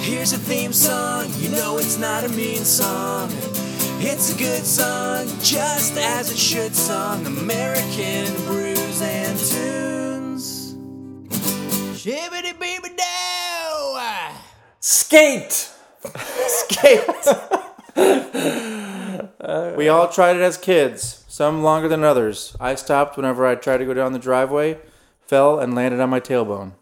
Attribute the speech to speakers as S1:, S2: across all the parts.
S1: Here's a theme song, you know it's not a mean song. It's a good song, just as it should song. American brews and tunes. Shibbity beeby dow!
S2: Skate!
S3: We all tried it as kids, some longer than others. I stopped whenever I tried to go down the driveway, fell, and landed on my tailbone.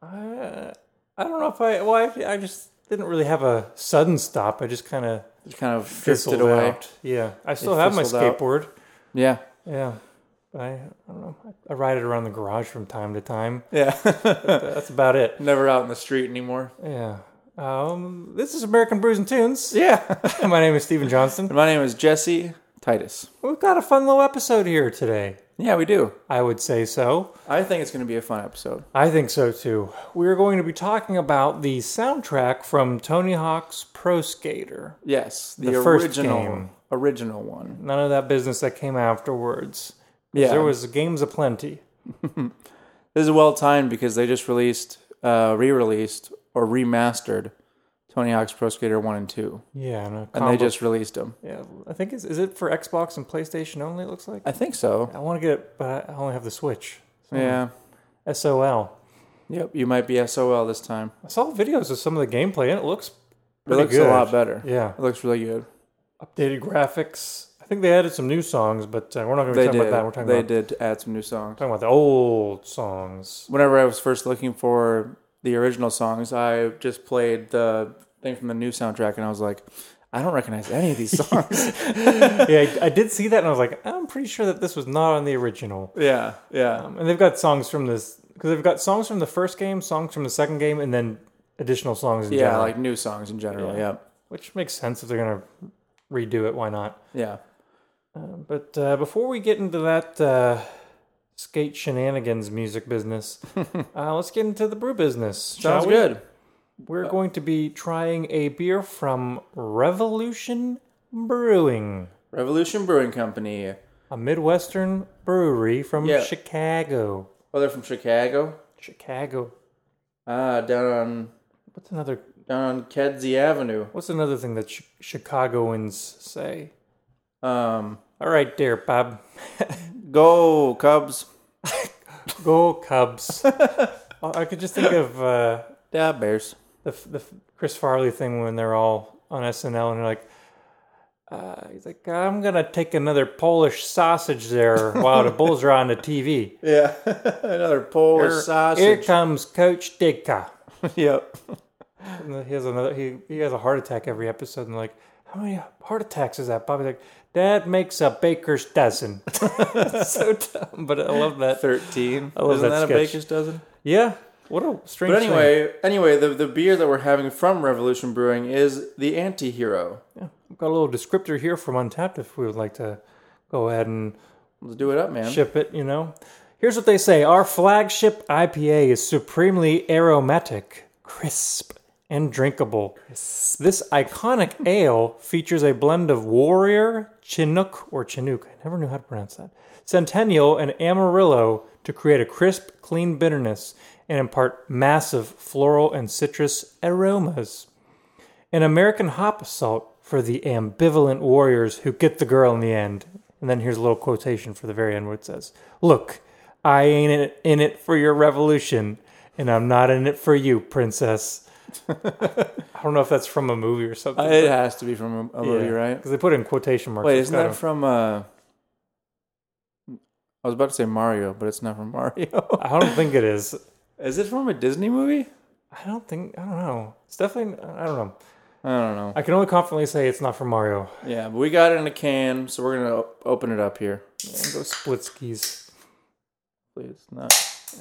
S2: Uh, I don't know if I. Well, I, I just didn't really have a sudden stop. I just kind of
S3: Just kind of drifted
S2: fizzled
S3: away.
S2: out. Yeah, I still
S3: It
S2: have my
S3: fizzled out.
S2: skateboard.
S3: Yeah.
S2: Yeah, but I, I don't know. I, I ride it around the garage from time to time.
S3: Yeah.
S2: That's about it.
S3: Never out in the street anymore.
S2: Yeah. Um, this is American Brews and Tunes.
S3: Yeah.
S2: my name is Stephen Johnston.
S3: my name is Jesse Titus.
S2: We've got a fun little episode here today.
S3: Yeah, we do.
S2: I would say so.
S3: I think it's going to be a fun episode.
S2: I think so too. We're going to be talking about the soundtrack from Tony Hawk's Pro Skater.
S3: Yes, the,
S2: The first
S3: original,
S2: game.
S3: original one.
S2: None of that business that came afterwards. 'Cause
S3: Yeah.
S2: There was games aplenty.
S3: This is well timed because they just released, uh, re-released or remastered Tony Hawk's Pro Skater One and Two,
S2: Yeah, and, a
S3: and
S2: combo-
S3: they just released them.
S2: yeah. I think it's is it for Xbox and PlayStation only. It looks like
S3: I think so.
S2: I want to get it, but I only have the Switch.
S3: Yeah.
S2: SOL.
S3: Yep. You might be SOL this time.
S2: I saw videos of some of the gameplay, and it looks
S3: It
S2: pretty
S3: looks
S2: good.
S3: a lot better.
S2: Yeah,
S3: It looks really good.
S2: updated graphics. I think they added some new songs, but uh, we're not going to
S3: They
S2: be talking
S3: did.
S2: about that. We're talking
S3: they
S2: about
S3: did add some new songs.
S2: talking about the old songs.
S3: Whenever I was first looking for the original songs, I just played the thing from the new soundtrack, and I was like, I don't recognize any of these songs.
S2: yeah, I, I did see that, and I was like, I'm pretty sure that this was not on the original.
S3: yeah. Yeah.
S2: Um, and they've got songs from this because they've got songs from the first game, songs from the second game, and then additional songs in
S3: Yeah.
S2: general,
S3: Like new songs in general.
S2: Yeah.
S3: Yep.
S2: which makes sense if they're gonna redo it. Why not?
S3: Yeah.
S2: But uh, before we get into that uh, skate shenanigans music business, uh, let's get into the brew business.
S3: Sounds
S2: shall we?
S3: good. Uh,
S2: We're going to be trying a beer from Revolution Brewing,
S3: Revolution Brewing Company.
S2: a Midwestern brewery from
S3: Yeah.
S2: Chicago.
S3: Oh, they're from Chicago.
S2: Chicago.
S3: Ah, down on
S2: What's another?
S3: down on Kedzie Avenue.
S2: What's another thing that Chi- Chicagoans say?
S3: Um,
S2: All right, there, Bob.
S3: go Cubs.
S2: Go Cubs. Oh, I could just think of uh,
S3: Yeah, Bears.
S2: the the Chris Farley thing when they're all on SNL and they're like. Uh, he's like, I'm gonna take another Polish sausage there while the Bulls are on the TV.
S3: Yeah, another Polish
S2: Here- Here
S3: sausage.
S2: comes Coach Dicka.
S3: yep.
S2: And He has another. He, he has a heart attack every episode. And like, how many heart attacks is that? Bobby's like, that makes a baker's dozen. so dumb, but I love that.
S3: Thirteen.
S2: love
S3: Isn't
S2: that
S3: that, a
S2: sketch.
S3: baker's dozen?
S2: Yeah. What a strange.
S3: But anyway, anyway, the the beer that we're having from Revolution Brewing is the Anti-Hero.
S2: thing. We've got a little descriptor here from Untapped. If we would like to go ahead and
S3: Let's do it up, man.
S2: ship it, you know. Here's what they say Our flagship IPA is supremely aromatic, crisp, and drinkable. This iconic ale features a blend of Warrior, Chinook, or Chinook, I never knew how to pronounce that, Centennial, and Amarillo to create a crisp, clean bitterness and impart massive floral and citrus aromas. An American hop assault for the ambivalent warriors who get the girl in the end. And then here's a little quotation for the very end where it says, Look, I ain't in it, in it for your revolution, and I'm not in it for you, princess. I don't know if that's from a movie or something.
S3: It has to be from a, a movie, right?
S2: Because they put it in quotation marks.
S3: Wait,
S2: It's
S3: isn't that
S2: gotta-
S3: from? uh I was about to say Mario, but it's not from Mario.
S2: I don't think it is.
S3: is it from a Disney movie?
S2: I don't think, I don't know. It's definitely, I don't know.
S3: I don't know.
S2: I can only confidently say it's not from Mario.
S3: Yeah, but we got it in a can, so we're gonna op- open it up here.
S2: And go split skis.
S3: Hopefully It's not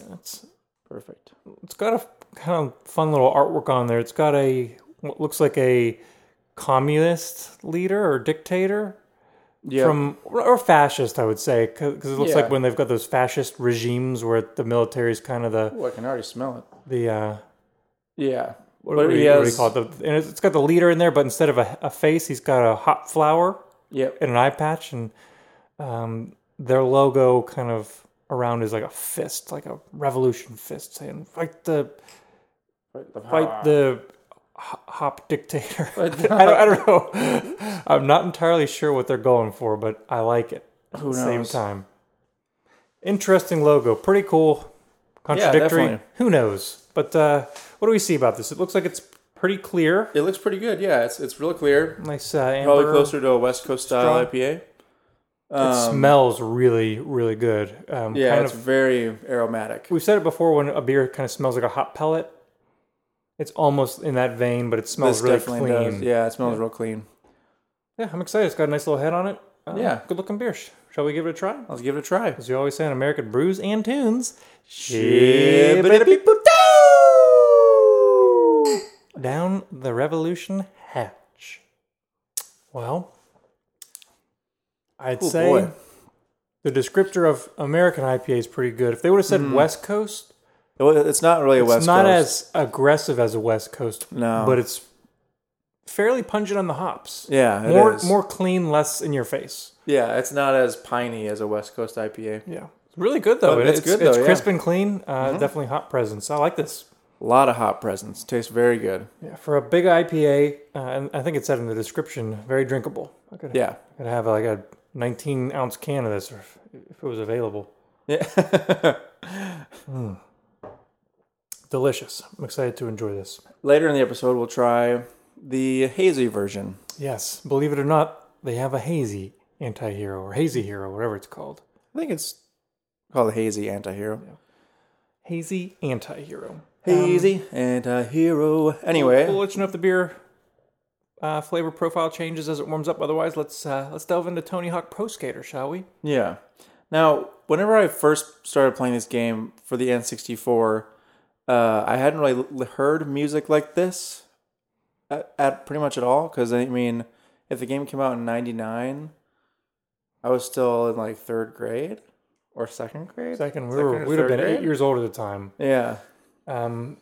S2: That's-
S3: perfect.
S2: It's got a kind of fun little artwork on there. It's got a what looks like a communist leader or dictator
S3: Yeah,
S2: from or fascist, I would say, because it looks
S3: Yeah.
S2: like when they've got those fascist regimes where the military is kind of the
S3: Ooh, I can already smell it.
S2: the uh,
S3: Yeah,
S2: what,
S3: But
S2: do
S3: he
S2: you, what do you
S3: has-
S2: call it? The, and it's- it's got the leader in there, but instead of a, a face, he's got a hot flower
S3: Yep.
S2: and an eye patch, and um, their logo kind of around is like a fist, like a revolution fist, saying "Fight the."
S3: Right,
S2: fight the hop dictator. I, don't, I don't know. I'm not entirely sure what they're going for, but I like it at
S3: Who
S2: the same
S3: knows?
S2: time. Interesting logo. Pretty cool. Contradictory.
S3: definitely.
S2: Who knows? But uh, what do we see about this? It looks like it's pretty clear.
S3: It looks pretty good. Yeah, it's it's real clear.
S2: Nice uh, amber.
S3: Probably closer to a West Coast style
S2: Strong.
S3: IPA.
S2: it smells really, really good. Um,
S3: um, Yeah,
S2: kind
S3: it's
S2: of
S3: very aromatic.
S2: We've said it before when a beer kind of smells like a hot pellet. It's almost in that vein, but it smells
S3: This
S2: really
S3: definitely
S2: clean.
S3: does. Yeah, it smells real clean.
S2: Yeah, I'm excited. It's got a nice little head on it. Uh,
S3: Yeah.
S2: Good looking beer. Sh- Shall we give it a try?
S3: Let's give it a try.
S2: As you always say on American Brews and Tunes,
S3: Shibbidi-boo-doo!
S2: down the revolution hatch. Well, I'd
S3: Oh,
S2: say
S3: boy.
S2: the descriptor of American IPA is pretty good. If they would have said West Coast,
S3: Well, It's not really a Hmm. West
S2: it's not
S3: Coast.
S2: as aggressive as a West Coast,
S3: No.
S2: but it's fairly pungent on the hops.
S3: Yeah, it
S2: more
S3: is.
S2: more clean, less in your face.
S3: yeah, it's not as piney as a West Coast IPA.
S2: Yeah, it's really good though.
S3: But
S2: it's
S3: it's
S2: it's,
S3: good, though, yeah. Mm-hmm.
S2: crisp and clean. Uh, Definitely hop presence. I like this.
S3: A lot of hop presence. Tastes very good.
S2: Yeah, for a big IPA, uh, and I think it said in the description, very drinkable. I could,
S3: Yeah.
S2: I could have like a 19 ounce can of this if, if it was available. Hmm.
S3: Yeah.
S2: Delicious. I'm excited to enjoy this.
S3: Later in the episode, we'll try the hazy version.
S2: Yes, believe it or not, they have a hazy anti-hero or hazy hero, whatever it's called.
S3: I think it's called the hazy antihero.
S2: Hazy anti-hero.
S3: Hazy
S2: Um,
S3: antihero. Anyway,
S2: We'll let you know if the beer uh, flavor profile changes as it warms up. Otherwise, let's uh, let's delve into Tony Hawk Pro Skater, shall we?
S3: Yeah. Now, whenever I first started playing this game for the N64, uh, I hadn't really l- heard music like this at, at pretty much at all. Because I mean, if the game came out in '99, I was still in like third grade or second grade.
S2: Second, we
S3: Second
S2: were,
S3: or
S2: we'd have
S3: third
S2: been eight
S3: grade?
S2: years old at the time.
S3: Yeah,
S2: Um,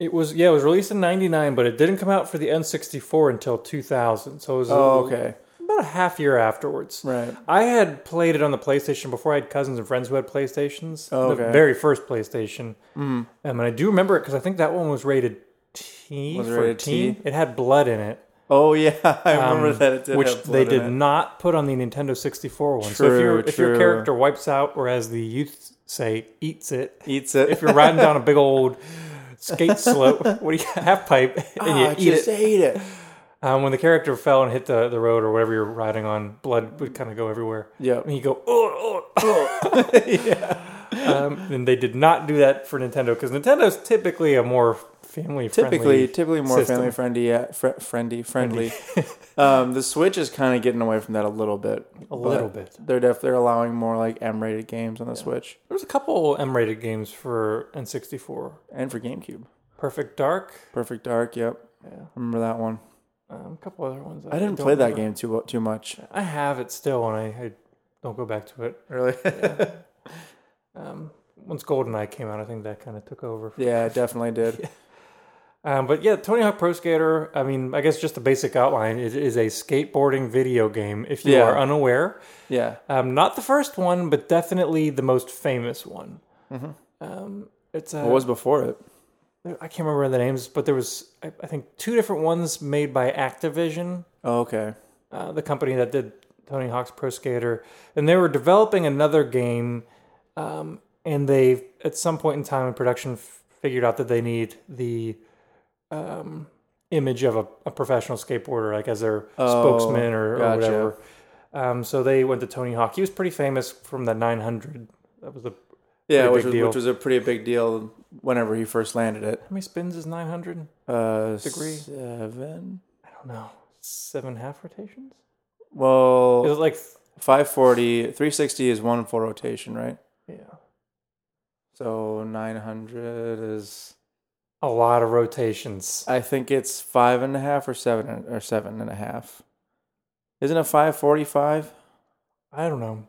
S2: it was yeah, it was released in '99, but it didn't come out for the N64 until 2000. So it was
S3: Oh, okay.
S2: about a half year afterwards.
S3: Right.
S2: I had played it on the PlayStation before. I had cousins and friends who had PlayStations.
S3: Oh,
S2: The
S3: okay. Mm-hmm.
S2: very first PlayStation. Um, and I do remember it because I think that one was rated T
S3: Was it
S2: for
S3: rated
S2: teen.
S3: T?
S2: It had blood in it,
S3: Oh yeah, I remember that it did.
S2: Um, which
S3: have blood
S2: they
S3: in
S2: did
S3: it.
S2: not put on the Nintendo 64 one. so if,
S3: True,
S2: your if your
S3: true.
S2: character wipes out, or as the youth say, eats it,
S3: Eats it.
S2: if you're riding down a big old skate slope, what do you half pipe, and you
S3: Ah, I
S2: eat
S3: just
S2: it.
S3: ate it.
S2: Um, when the character fell and hit the, the road or whatever you're riding on, blood would kind of go everywhere.
S3: Yep.
S2: and you go, oh, oh, oh. Um, and they did not do that for Nintendo because Nintendo's typically a more family
S3: typically typically more
S2: system.
S3: family friendly yeah, fr- friendly friendly um, the switch is kind of getting away from that a little bit a
S2: little bit.
S3: they're def- they're allowing more like m-rated games on the switch
S2: There was a couple M-rated games for N64.
S3: and for gamecube
S2: Perfect Dark,
S3: perfect dark yep remember that one
S2: um, a couple other ones.
S3: i didn't
S2: don't
S3: play that
S2: remember.
S3: game too too much
S2: I have it still, and I, I don't go back to it.
S3: really
S2: Um, once GoldenEye came out, I think that kind of took over.
S3: yeah it definitely did
S2: Um, but yeah, Tony Hawk Pro Skater. I mean, I guess just the basic outline is, is a skateboarding video game. If you
S3: Yeah.
S2: are unaware,
S3: yeah
S2: um, not the first one, but definitely the most famous one. Um, it's a,
S3: Mm-hmm. what was before it
S2: I can't remember the names, but there was I, I think two different ones made by Activision,
S3: oh, okay
S2: uh, the company that did Tony Hawk's Pro Skater, and they were developing another game, um, and they at some point in time in production f- figured out that they need the um, image of a, a professional skateboarder, like as their
S3: Oh,
S2: spokesman or, or
S3: gotcha.
S2: whatever. Um, so they went to Tony Hawk. He was pretty famous from the 900. That was the how
S3: yeah
S2: Pretty
S3: which
S2: big
S3: was,
S2: deal.
S3: which was a pretty big deal whenever he first landed it
S2: many spins is 900?
S3: uh
S2: Degree.
S3: seven
S2: I don't know, seven half rotations. It
S3: well
S2: was like
S3: 540 360 is one full rotation right
S2: yeah,
S3: So 900 is.
S2: a lot of rotations.
S3: I think it's five and a half or seven or seven and a half. Isn't it 545?
S2: I don't know.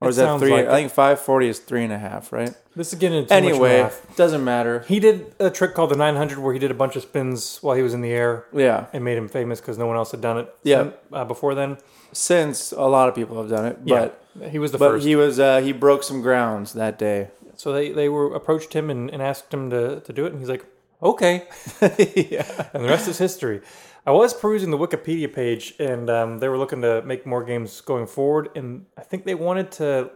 S3: Or
S2: It
S3: is that
S2: sounds
S3: three?
S2: like
S3: I think 540 is three and a half, right?
S2: This is getting into too much
S3: anyway,
S2: math.
S3: doesn't matter.
S2: He did a trick called the 900 where he did a bunch of spins while he was in the air.
S3: Yeah.
S2: It made him famous because no one else had done it
S3: Yeah.
S2: uh, before then.
S3: Since a lot of people have done it, but
S2: yeah. he was the
S3: but
S2: first.
S3: he was uh, he broke some grounds that day.
S2: so they, they were approached him and, and asked him to, to do it. And he's like, okay.
S3: yeah.
S2: and the rest is history. I was perusing the Wikipedia page, and um, they were looking to make more games going forward, and I think they wanted to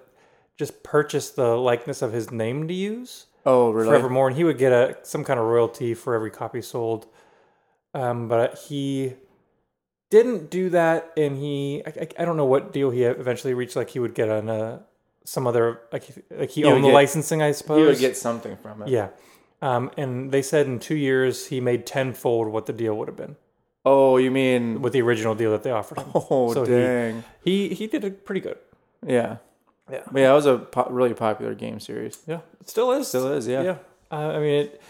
S2: just purchase the likeness of his name to use
S3: Oh, really?
S2: forevermore, and he would get a some kind of royalty for every copy sold. Um, but he didn't do that, and he I, I- I don't know what deal he eventually reached. Like he would get on uh, some other like he- like he
S3: would
S2: owned the
S3: get-
S2: licensing, I suppose.
S3: You would get something from it.
S2: yeah. Um, and they said in two years he made tenfold what the deal would have been
S3: Oh, you mean?
S2: with the original deal that they offered him.
S3: Oh,
S2: So he-
S3: dang.
S2: He he did it pretty good.
S3: yeah.
S2: Yeah.
S3: But yeah, it was a po- really popular game series.
S2: Yeah, it still is.
S3: Still is. Yeah.
S2: Yeah, uh, I mean it.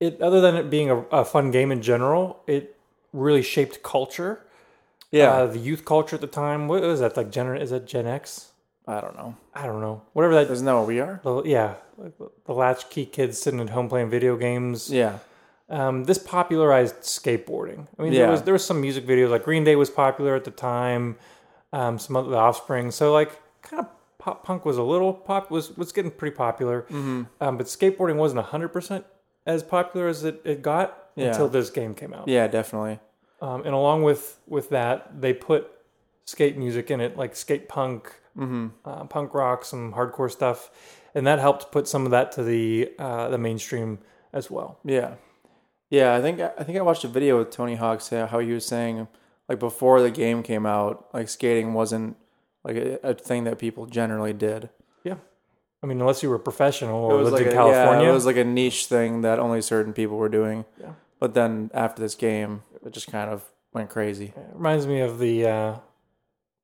S2: It other than it being a, a fun game in general, it really shaped culture.
S3: Yeah.
S2: Uh, the youth culture at the time. What was that like? Gen is that Gen X?
S3: I don't know.
S2: I don't know. Whatever that.
S3: Isn't that what we are?
S2: The, yeah, like the- the latchkey kids sitting at home playing video games.
S3: Yeah.
S2: Um, this popularized skateboarding. I mean, there
S3: Yeah.
S2: was there was some music videos like Green Day was popular at the time. Um, some of the Offspring. So like, kind of pop punk was a little pop was was getting pretty popular.
S3: Mm-hmm.
S2: Um, but skateboarding wasn't hundred percent as popular as it, it got
S3: Yeah.
S2: until this game came out.
S3: Yeah, definitely.
S2: Um, and along with with that, they put skate music in it, like skate punk,
S3: Mm-hmm.
S2: uh, punk rock, some hardcore stuff, and that helped put some of that to the uh, the mainstream as well.
S3: Yeah, yeah. I think I think I watched a video with Tony Hawk say how he was saying like before the game came out, like skating wasn't like a, a thing that people generally did.
S2: Yeah, I mean, unless you were a professional or lived
S3: like
S2: in
S3: a,
S2: California,
S3: Yeah, it was like a niche thing that only certain people were doing.
S2: Yeah.
S3: But then after this game, it just kind of went crazy.
S2: it reminds me of the. Uh,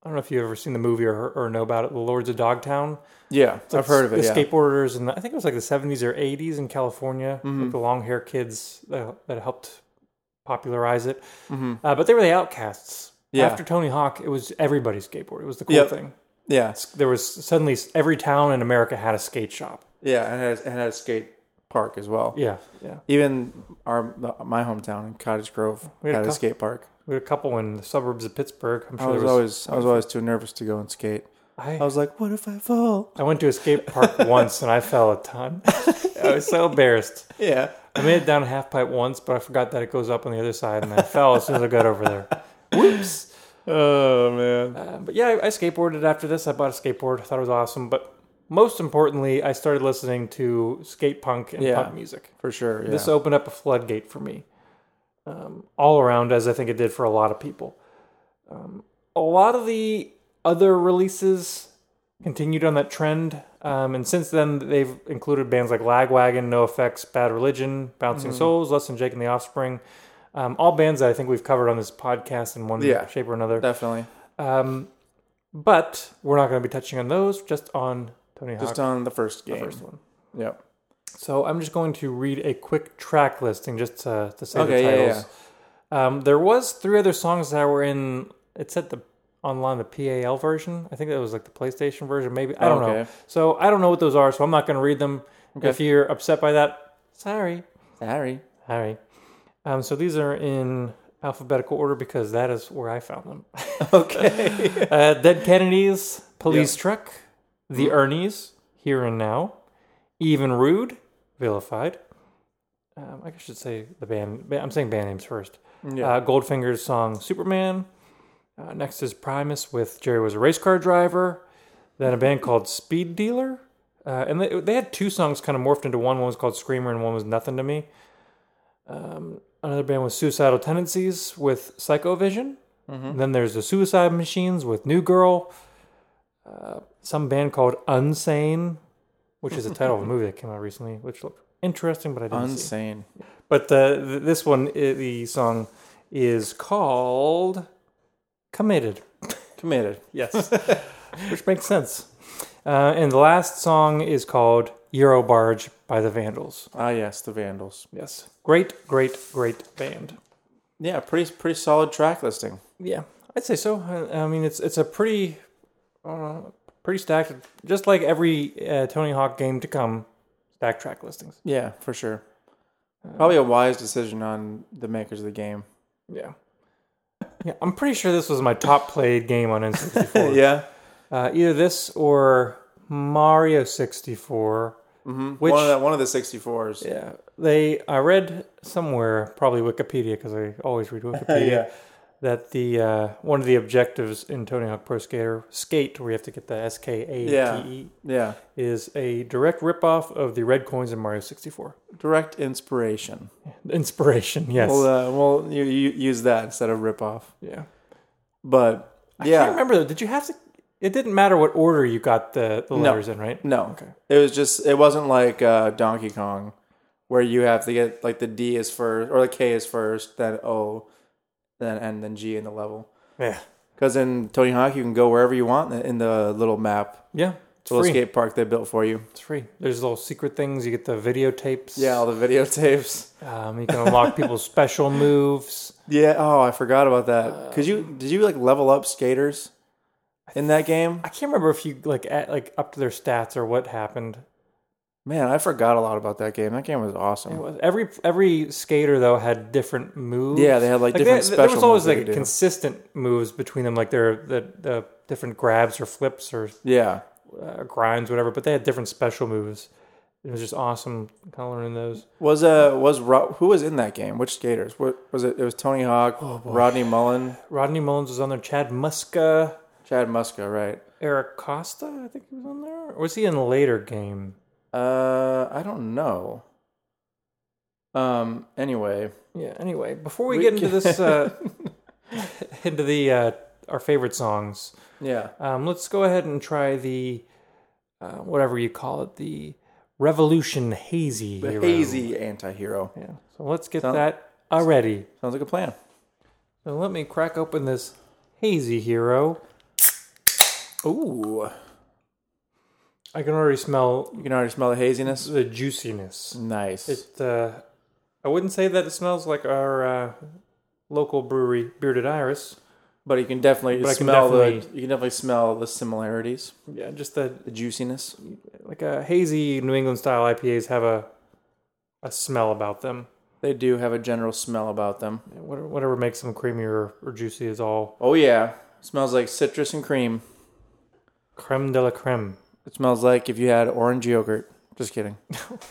S2: I don't know if you've ever seen the movie or, or know about it, The Lords of Dogtown.
S3: Yeah,
S2: It's like
S3: I've heard of it.
S2: The
S3: Yeah.
S2: skateboarders, and I think it was like the seventies or eighties in California,
S3: Mm-hmm.
S2: like the long hair kids that, that helped popularize it. Uh, but they were the outcasts.
S3: Mm-hmm. Yeah.
S2: After Tony Hawk, it was everybody skateboard. It was the cool
S3: Yep.
S2: thing.
S3: yeah,
S2: There was suddenly every town in America had a skate shop.
S3: yeah, and it, has, it had a skate park as well.
S2: Yeah, yeah.
S3: Even our my hometown in Cottage Grove
S2: had a
S3: had a
S2: cou-
S3: skate park.
S2: We had a couple in the suburbs of Pittsburgh. I'm
S3: I
S2: sure
S3: was,
S2: there was.
S3: always I was always too nervous to go and skate.
S2: I,
S3: I was like, what if I fall?
S2: I went to a skate park once and I fell a ton. I was so embarrassed.
S3: Yeah.
S2: I made it down a half pipe once, but I forgot that it goes up on the other side, and I fell as soon as I got over there. Whoops.
S3: Oh man.
S2: Uh, but yeah, I, I skateboarded after this. I bought a skateboard. I thought it was awesome. But most importantly, I started listening to skate punk and
S3: Yeah.
S2: punk music.
S3: For sure. Yeah.
S2: This opened up a floodgate for me um, all around, as I think it did for a lot of people. Um, a lot of the other releases continued on that trend. Um, and since then, they've included bands like Lagwagon, No Effects, Bad Religion,
S3: Mm-hmm.
S2: Bouncing Souls, Less Than Jake and the Offspring. Um, all bands that I think we've covered on this podcast in one
S3: Yeah.
S2: shape or another.
S3: Definitely.
S2: Um, but we're not going to be touching on those, just on Tony Hawk,
S3: Just on the first game.
S2: the first one.
S3: Yep.
S2: So I'm just going to read a quick track listing just to, to say
S3: Okay,
S2: the
S3: yeah,
S2: titles. Um, there was three other songs that were in. It said the online the PAL version. I think that was like the PlayStation version, maybe. I don't know.
S3: Oh, Okay.
S2: So I don't know what those are. So I'm not going to read them. If you're upset by that, sorry.
S3: Harry.
S2: All right. Um, so these are in alphabetical order because that is where I found them.
S3: Okay.
S2: Uh, Dead Kennedys, Police
S3: Yep.
S2: Truck, The Ernies, Here and Now, Even Rude, Vilified. Um, I should say the band. ba- I'm saying band names first.
S3: Yeah.
S2: Uh, Goldfinger's song Superman. Uh, next is Primus with Jerry was a race car driver. Then a band called Speed Dealer. Uh, and they, they had two songs kind of morphed into one. One was called Screamer and one was Nothing to Me. Um, another band was Suicidal Tendencies with Psychovision. And then there's the Suicide Machines with New Girl. Uh, some band called Unsane, which is the title of a movie that came out recently, which looked interesting, but I didn't see.
S3: Insane.
S2: But uh, th- this one, i- the song is called Committed.
S3: Committed.
S2: Yes. Which makes sense. Uh, and the last song is called Eurobarge by the Vandals.
S3: Ah yes, the Vandals.
S2: Yes. Great, great, great band.
S3: Yeah, pretty pretty solid track listing.
S2: Yeah, I'd say so. I, I mean, it's it's a pretty, uh, pretty stacked, just like every uh, Tony Hawk game to come, stacked track listings.
S3: Yeah, for sure. Probably a wise decision on the makers of the game.
S2: Yeah. Yeah, I'm pretty sure this was my top played game on N64.
S3: yeah.
S2: Uh, either this or Mario 64, Which
S3: Mm-hmm. one of the one of the sixty fours.
S2: yeah, they I read somewhere probably Wikipedia because I always read Wikipedia that the uh, one of the objectives in Tony Hawk Pro Skater Skate where you have to get the S K A T E
S3: Yeah. yeah.
S2: is a direct ripoff of the red coins in Mario 64.
S3: Direct inspiration.
S2: Inspiration, yes.
S3: Well, uh, well, you, you use that instead of rip off.
S2: yeah.
S3: But yeah,
S2: I can't remember though. Did you have to? It didn't matter what order you got the, the letters in, right?
S3: No. It was just it wasn't like uh, Donkey Kong where you have to get like the D is first or the K is first, then O, then and then G in the level.
S2: Yeah.
S3: Cuz in Tony Hawk you can go wherever you want in the little map,
S2: Yeah. It's
S3: the little
S2: free.
S3: skate park they built for you.
S2: It's free. There's little secret things. You get the videotapes.
S3: Yeah, all the videotapes.
S2: Um, you can unlock people's special moves.
S3: Yeah, oh, I forgot about that. Cuz you did you like level up skaters in that game?
S2: I can't remember if you like at, like up to their stats or what happened.
S3: Man, I forgot a lot about that game. That game was awesome.
S2: It was- Every every skater though had different moves.
S3: Yeah, they had, like, different
S2: There was
S3: special
S2: always
S3: moves they
S2: like
S3: could do.
S2: consistent moves between them, like their the, the different grabs or flips or
S3: Yeah.
S2: uh, grinds, whatever. But they had different special moves. It was just awesome, kind of learning those.
S3: Was uh was Ro- who was in that game? Which skaters? What was it? It was Tony Hawk, Rodney Mullen,
S2: Rodney Mullins was on there. Chad Muska,
S3: Chad Muska, right?
S2: Eric Costa, I think he was on there. Or was he in a later game?
S3: Uh, I don't know. Um. Anyway,
S2: Yeah. Anyway, before we,
S3: We
S2: get into
S3: can-
S2: this, uh, into the uh, our favorite songs,
S3: yeah.
S2: um, let's go ahead and try the uh, whatever you call it, the Revolution Hazy.
S3: The
S2: Hero.
S3: hazy anti-hero.
S2: Yeah. So let's get
S3: Sound-
S2: that already.
S3: Sounds like a plan.
S2: So let me crack open this Hazy Hero.
S3: Ooh.
S2: I can already smell
S3: You can already smell the haziness.
S2: the juiciness.
S3: Nice.
S2: It, uh, I wouldn't say that it smells like our uh, local brewery, Bearded Iris.
S3: but you can definitely
S2: But I can
S3: smell the.
S2: definitely-
S3: You can definitely smell the similarities,
S2: Yeah, just the
S3: the juiciness.
S2: like a hazy New England style IPAs have a a smell about them.
S3: They do have a general smell about them.
S2: Whatever, whatever makes them creamy or, or juicy is all
S3: Oh yeah, smells like citrus and cream.
S2: creme de la creme.
S3: It smells like if you had orange yogurt. Just kidding.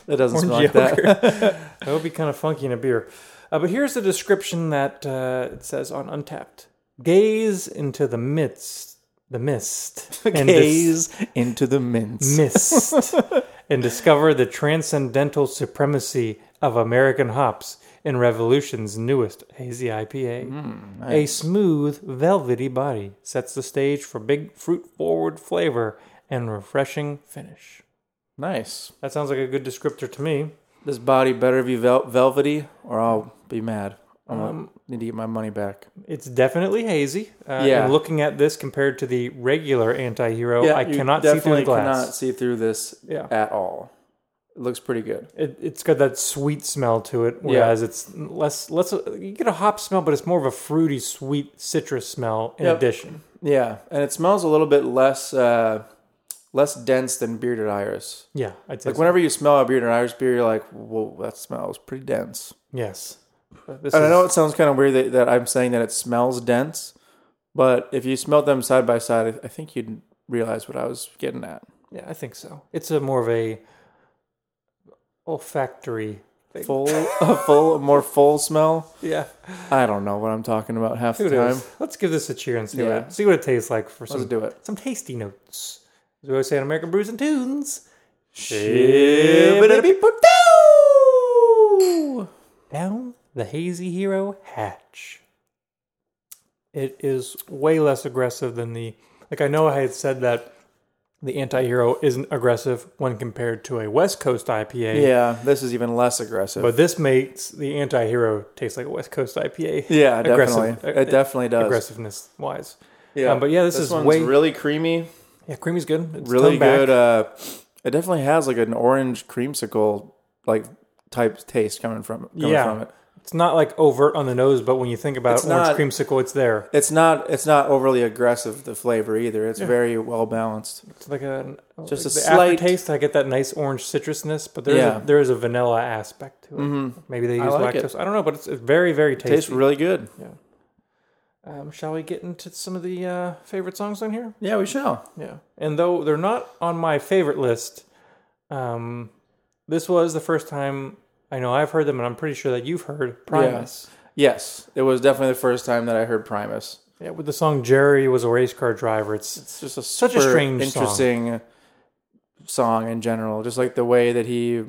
S3: It doesn't
S2: Orange
S3: smell like that.
S2: That would be kind of funky in a beer. Uh, but here's the description that uh, it says on Untapped: Gaze into the midst, the mist, and dis-
S3: Gaze into the mints.
S2: mist and discover the transcendental supremacy of American hops in Revolution's newest hazy IPA.
S3: Mm,
S2: A smooth, velvety body sets the stage for big fruit forward flavor and refreshing finish.
S3: Nice.
S2: That sounds like a good descriptor to me.
S3: This body better be vel- velvety, or I'll be mad. I am need to get my money back.
S2: It's definitely hazy. Uh,
S3: Yeah.
S2: And looking at this compared to the regular anti hero, I
S3: you
S2: cannot see through the
S3: definitely
S2: glass.
S3: Cannot see through this
S2: Yeah.
S3: at all. It looks pretty good.
S2: it, it's got that sweet smell to it, whereas it's less less. You get a hop smell, but it's more of a fruity, sweet citrus smell. In
S3: Yep.
S2: addition,
S3: Yeah, and it smells a little bit less uh, less dense than bearded iris.
S2: yeah, I'd say
S3: Like
S2: so.
S3: whenever you smell a bearded iris beer, you're like, "Whoa, that smells pretty dense."
S2: yes. This
S3: And I
S2: is-
S3: know it sounds kind of weird that, that I'm saying that it smells dense, but if you smelled them side by side, I, I think you'd realize what I was getting at.
S2: yeah, I think so. It's a more of a olfactory.
S3: Full, a full, more full smell.
S2: Yeah,
S3: I don't know what I'm talking about half the
S2: Who
S3: time.
S2: knows? Let's give this a cheer and see what
S3: Yeah.
S2: it, see what it tastes like for some
S3: Let's do it.
S2: some tasty notes. As we always say on American Brews and Tunes,
S3: Shibbidi-bidi-boo-doo!
S2: down the hazy hero hatch. It is way less aggressive than the like I know I had said that the anti-hero isn't aggressive when compared to a West Coast IPA.
S3: Yeah, this is even less aggressive.
S2: But this makes the anti-hero taste like a West Coast IPA.
S3: yeah, definitely.
S2: Aggressive-
S3: it definitely does.
S2: aggressiveness wise.
S3: Yeah,
S2: Um, but yeah, this is
S3: one's
S2: way-
S3: really creamy,
S2: Yeah, creamy's good. It's
S3: really
S2: toned back.
S3: good. Uh, it definitely has like an orange creamsicle like type taste coming from coming
S2: yeah.
S3: from it.
S2: It's not like overt on the nose, but when you think about
S3: It's
S2: orange
S3: not-
S2: creamsicle, it's there.
S3: It's not it's not overly aggressive the flavor either. It's very well balanced.
S2: It's like a
S3: Just a
S2: like the
S3: slight-
S2: aftertaste. I get that nice orange citrusness, but there is
S3: Yeah.
S2: a, there is a vanilla aspect to it. Maybe they use
S3: like it.
S2: lactose. Mm-hmm. I don't know, but it's it's very very tasty.
S3: Tastes really good.
S2: um, shall we get into some of the uh, favorite songs on here?
S3: Yeah, we shall.
S2: Yeah, and though they're not on my favorite list, um, This was the first time I know I've heard them, and I'm pretty sure that you've heard Primus.
S3: Yes, it was definitely the first time that I heard Primus.
S2: Yeah, with the song "Jerry was a race car driver," it's
S3: It's just a
S2: Such a
S3: super
S2: strange song.
S3: interesting song. in general. Just like the way that he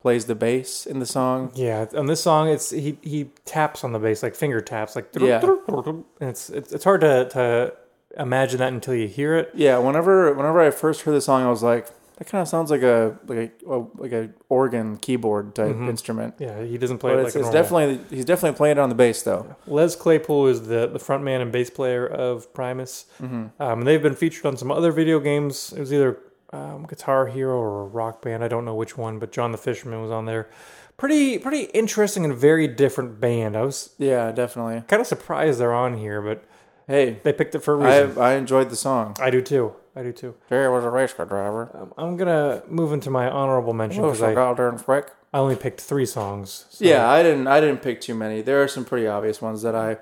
S3: plays the bass in the song.
S2: Yeah, on this song, it's he he taps on the bass like finger taps, like
S3: Yeah.
S2: and it's it's, it's hard to, to imagine that until you hear it.
S3: Yeah, whenever whenever I first heard the song, I was like, that kind of sounds like a like a like a organ keyboard type instrument.
S2: Yeah, Mm-hmm. he doesn't play
S3: But
S2: it like
S3: it's,
S2: a
S3: it's
S2: normal-
S3: definitely he's definitely playing it on the bass though.
S2: Les Claypool is the the front man and bass player of Primus.
S3: Mm-hmm.
S2: Um, and they've been featured on some other video games. It was either um, Guitar Hero or Rock Band. I don't know which one, but John the Fisherman was on there. Pretty pretty interesting and very different band. I was
S3: Yeah, definitely.
S2: kind of surprised they're on here, but
S3: Hey,
S2: they picked it for a
S3: I
S2: reason.
S3: I enjoyed the song.
S2: I do too. I do too.
S3: Jerry was a race car driver.
S2: I'm gonna move into my honorable mention Uh, because I,
S3: quick.
S2: I only picked three songs. So,
S3: Oh, Yeah, I didn't. I didn't pick too many. There are some pretty obvious ones that I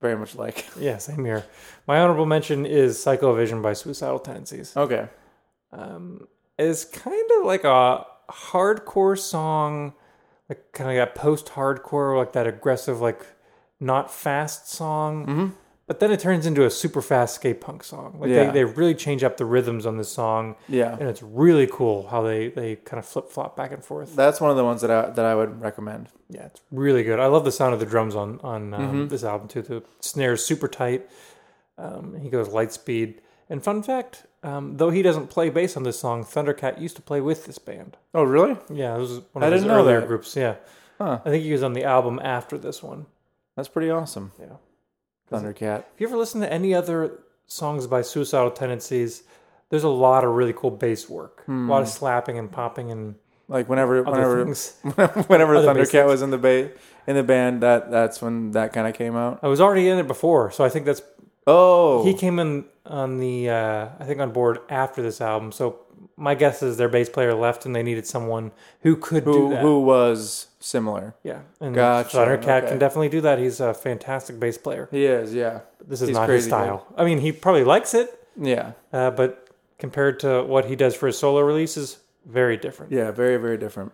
S3: very much like.
S2: yeah, same here. My honorable mention is Psychovision by Suicidal Tendencies.
S3: Okay.
S2: It's kind of like a hardcore song, like kind of that post-hardcore, like that aggressive, like not fast song.
S3: Mm-hmm.
S2: But then it turns into a super fast skate punk song. Like
S3: Yeah.
S2: they, they really change up the rhythms on this song,
S3: Yeah,
S2: and it's really cool how they they kind of flip flop back and forth.
S3: that's one of the ones that I that I would recommend.
S2: Yeah, it's really good. I love the sound of the drums on on um,
S3: Mm-hmm.
S2: this album too. The snare is super tight. Um, he goes light speed. And fun fact, um, though he doesn't play bass on this song, Thundercat used to play with this band.
S3: Oh, really?
S2: Yeah, this was one
S3: I
S2: of his
S3: didn't know
S2: earlier
S3: that.
S2: groups. Yeah,
S3: Huh.
S2: I think he was on the album after this one.
S3: That's pretty awesome.
S2: Yeah.
S3: Thundercat.
S2: If you ever listen to any other songs by Suicidal Tendencies, there's a lot of really cool bass work, a lot of slapping and popping and
S3: Like whenever
S2: other
S3: Hmm. whenever
S2: things.
S3: whenever
S2: Other bass
S3: Thundercat was in the ba- in the band, that that's when that kind of came out.
S2: I was already in it before, so I think that's
S3: Oh,
S2: He came in on the uh, I think on board after this album. So my guess is their bass player left and they needed someone who could do
S3: who
S2: that.
S3: who was similar?
S2: Yeah, and
S3: Gotcha,
S2: Thundercat
S3: okay.
S2: can definitely do that. He's a fantastic bass player.
S3: He is. Yeah.
S2: This is
S3: He's
S2: not his
S3: crazy good.
S2: style. I mean, he probably likes it,
S3: Yeah.
S2: uh, but compared to what he does for his solo releases, very different.
S3: Yeah. Very very different.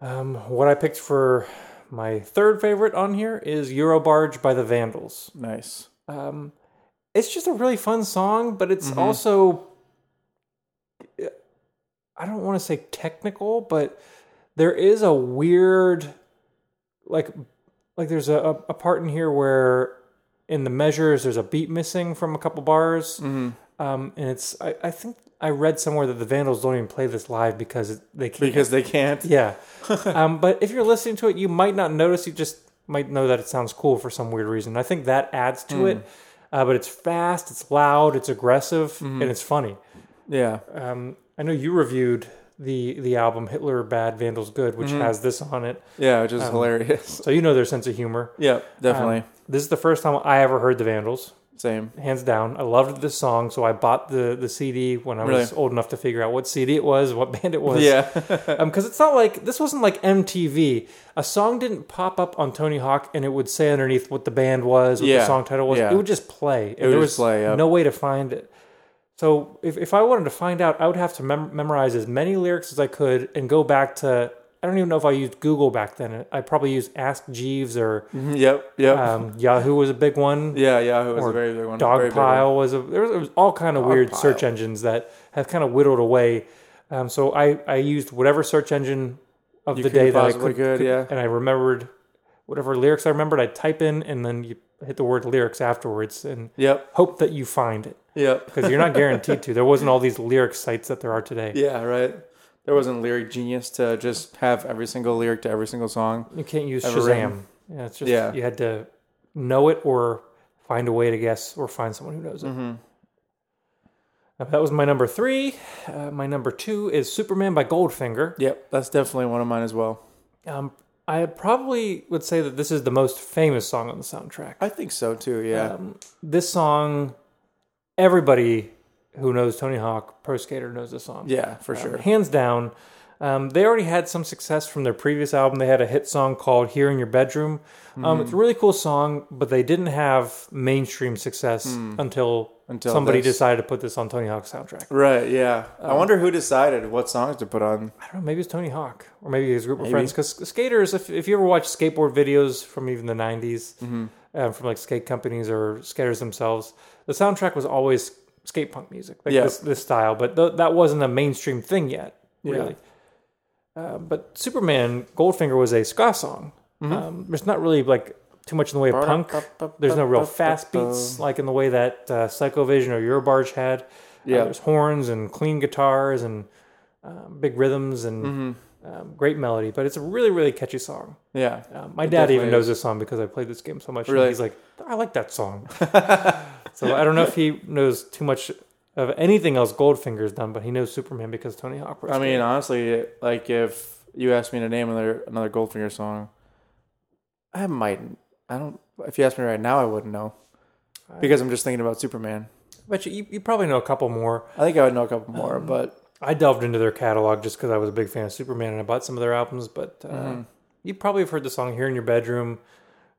S2: Um, what I picked for my third favorite on here is Eurobarge by the Vandals.
S3: Nice.
S2: um, it's just a really fun song, but it's also I don't want to say technical, but there is a weird like like there's a, a part in here where in the measures there's a beat missing from a couple bars. Um, and it's I, I think I read somewhere that the Vandals don't even play this live because it- they can't
S3: Because they can't.
S2: yeah. um, but if you're listening to it, you might not notice. You just might know that it sounds cool for some weird reason. I think that adds to
S3: Hmm.
S2: it. Uh, but it's fast, it's loud, it's aggressive,
S3: Mm-hmm.
S2: and it's funny.
S3: Yeah.
S2: Um, I know you reviewed the the album Hitler Bad, Vandals Good,
S3: Mm-hmm.
S2: which has this on it.
S3: Yeah. Which is hilarious.
S2: So you know their sense of humor.
S3: Yeah. Definitely.
S2: Um, this is the first time I ever heard the Vandals,
S3: Same.
S2: hands down. I loved this song, so I bought the the CD when I was
S3: Really?
S2: old enough to figure out what CD it was, what band it was
S3: Yeah.
S2: because Um, it's not like this wasn't like MTV. A song didn't pop up on Tony Hawk and it would say underneath what the band was, what the
S3: Yeah,
S2: song title was.
S3: yeah.
S2: It would just play. And there
S3: would
S2: was
S3: just play, yep.
S2: no way to find it. So if, if I wanted to find out, I would have to mem- memorize as many lyrics as I could and go back to. I don't even know if I used Google back then. I probably used Ask Jeeves or
S3: yep. Yep.
S2: um, Yahoo was a big one.
S3: Mm-hmm. yeah. Yahoo was
S2: or
S3: a very big one. very big one.
S2: Dogpile was a there was, there was all kind of weird search engines that have kind of whittled away. Um, so I I used whatever search engine of the
S3: could
S2: day that I
S3: possibly
S2: could,
S3: could, yeah.
S2: and I remembered whatever lyrics I remembered. I'd type in and then you hit the word lyrics afterwards and
S3: Yep.
S2: hope that you find it
S3: Yep.
S2: because you're not guaranteed to. There wasn't all these lyric sites that there are today.
S3: Yeah, right. There wasn't lyric genius to just have every single lyric to every single song.
S2: You can't use
S3: Ever
S2: Shazam.
S3: written.
S2: Yeah, it's just
S3: Yeah.
S2: you had to know it or find a way to guess or find someone who knows it. Uh, That was my number three. Uh, my number two is Superman by Goldfinger.
S3: Yep, that's definitely one of mine as well.
S2: Um, I probably would say that this is the most famous song on the soundtrack.
S3: I think so too. Yeah,
S2: This song, everybody who knows Tony Hawk Pro Skater knows this song.
S3: yeah, for sure.
S2: hands down. Um, they already had some success from their previous album. They had a hit song called "Here in Your
S3: Hmm.
S2: Bedroom." Um, It's a really cool song, but they didn't have mainstream success until
S3: Hmm. Until
S2: somebody
S3: this.
S2: decided to put this on Tony Hawk's soundtrack.
S3: Right, yeah. Um, I wonder who decided what songs to put on.
S2: I don't know. Maybe it's Tony Hawk, or maybe his group of friends. Because skaters, if, if you ever watch skateboard videos from even the '90s, uh, from like skate companies or skaters themselves, the soundtrack was always skate punk music, like
S3: Yeah.
S2: this, this style. But th- that wasn't a mainstream thing yet, really. Uh, but Superman Goldfinger was a ska song. Um, there's not really like too much in the way of punk. There's no real fast beats like in the way that uh, Psychovision or Eurobarge had. Uh,
S3: Yeah.
S2: there's horns and clean guitars and um, big rhythms and
S3: Mm-hmm.
S2: um, great melody. But it's a really really catchy song.
S3: Yeah.
S2: Um, my dad even
S3: definitely
S2: knows this song because I played this game so much. and
S3: Really?
S2: he's like, I like that song. so I don't know if he knows too much of anything else Goldfinger's done, but he knows Superman because Tony Hawk. was
S3: I mean,
S2: there.
S3: honestly, like if you asked me to name another another Goldfinger song, I mightn't. I don't. If you asked me right now, I wouldn't know because I'm just thinking about Superman.
S2: but you, you probably know a couple more.
S3: I think I would know a couple more,
S2: Um,
S3: but
S2: I delved into their catalog just because I was a big fan of Superman and I bought some of their albums. But uh, you probably have heard the song "Here in Your Bedroom."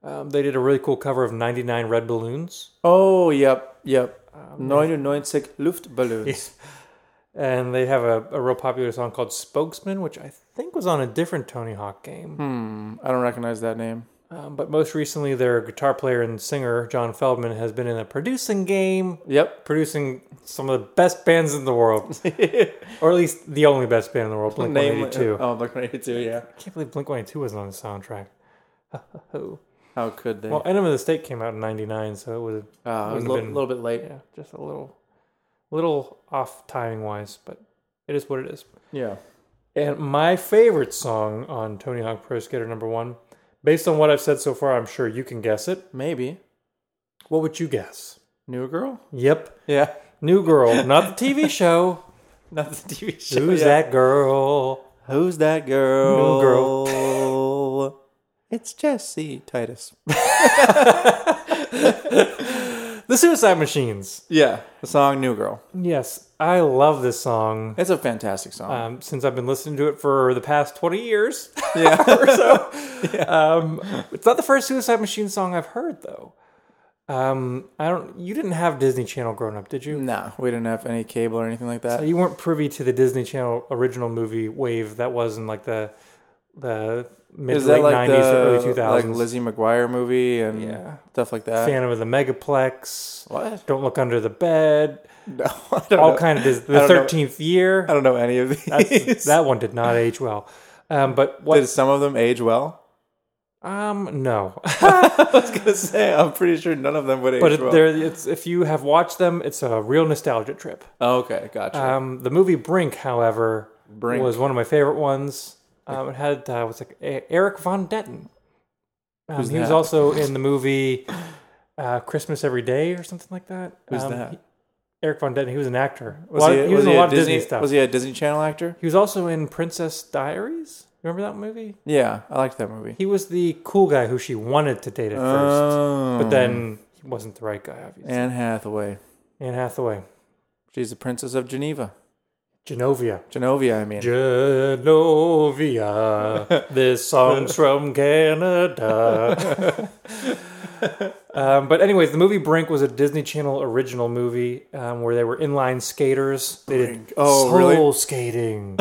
S2: Um, they did a really cool cover of "99 Red Balloons,"
S3: oh, yep, yep.
S2: um,
S3: 99 Luftballons.
S2: and they have a, a real popular song called "Spokesman," which I think was on a different Tony Hawk game.
S3: I don't recognize that name.
S2: Um, but most recently, their guitar player and singer John Feldman has been in a producing game,
S3: Yep.
S2: producing some of the best bands in the world, or at least the only best band in the world, Blink One Eighty Two.
S3: Oh, Blink 182. Yeah.
S2: I can't believe Blink One Eighty Two wasn't on the soundtrack. Oh.
S3: How could they?
S2: Well, Enema of the State came out in '99, so it would
S3: uh, it was a
S2: wouldn't
S3: little,
S2: have been-
S3: little bit late.
S2: yeah, just a little, little off timing wise, but it is what it is.
S3: Yeah.
S2: And my favorite song on Tony Hawk Pro Skater number one, based on what I've said so far, I'm sure you can guess it.
S3: Maybe.
S2: What would you guess?
S3: New Girl?
S2: Yep,
S3: Yeah.
S2: New Girl, not the TV show.
S3: Not the TV show.
S2: Who's
S3: yeah.
S2: that girl?
S3: Who's that girl?
S2: New
S3: girl. it's Jesse Titus.
S2: The Suicide Machines.
S3: Yeah, the song New Girl.
S2: Yes, I love this song.
S3: It's a fantastic song.
S2: um, since I've been listening to it for the past 20 years
S3: Yeah.
S2: or so. Um, it's not the first Suicide Machine song I've heard though. Um, I don't. You didn't have Disney Channel growing up, did you?
S3: nah, we didn't have any cable or anything like that.
S2: You weren't privy to the Disney Channel original movie wave that was in like the the mid
S3: Is
S2: to late
S3: that like
S2: 90s,
S3: the
S2: early 2000s.
S3: like Lizzie McGuire movie and
S2: Yeah.
S3: stuff like that?
S2: Phantom of the Megaplex.
S3: What?
S2: Don't look under the bed.
S3: No, I don't
S2: All
S3: know.
S2: kind of Dis-
S3: I
S2: the
S3: don't know.
S2: 13th year.
S3: I don't know any of these.
S2: That's- that one did not age well. Um, but what?
S3: Did some of them age well?
S2: um, no.
S3: I was gonna say I'm pretty sure none of them would age
S2: But it,
S3: well.
S2: there, it's if you have watched them, it's a real nostalgia trip.
S3: Oh, okay, gotcha.
S2: Um, the movie Brink, however,
S3: Brink.
S2: was one of my favorite ones. Um, it had uh, what's it, E- Eric Von Detten. Um, he was
S3: that?
S2: also in the movie uh, Christmas Every Day or something like that.
S3: Who's
S2: Um,
S3: that?
S2: he- Eric Von Detten. He was an actor.
S3: was
S2: A lot-
S3: he,
S2: was, in a
S3: he
S2: lot of Disney,
S3: Disney
S2: stuff.
S3: Was he a Disney Channel actor?
S2: he was also in Princess Diaries. You remember that movie?
S3: Yeah, I liked that movie.
S2: He was the cool guy who she wanted to date at first,
S3: Oh.
S2: but then he wasn't the right guy, obviously.
S3: Anne Hathaway.
S2: Anne Hathaway.
S3: She's the princess of Geneva.
S2: Genovia.
S3: Genovia, I mean.
S2: Genovia. this song's from Canada. um, but, anyways, the movie Brink was a Disney Channel original movie um, where they were inline skaters. They did
S3: Oh,
S2: soul
S3: really?
S2: skating.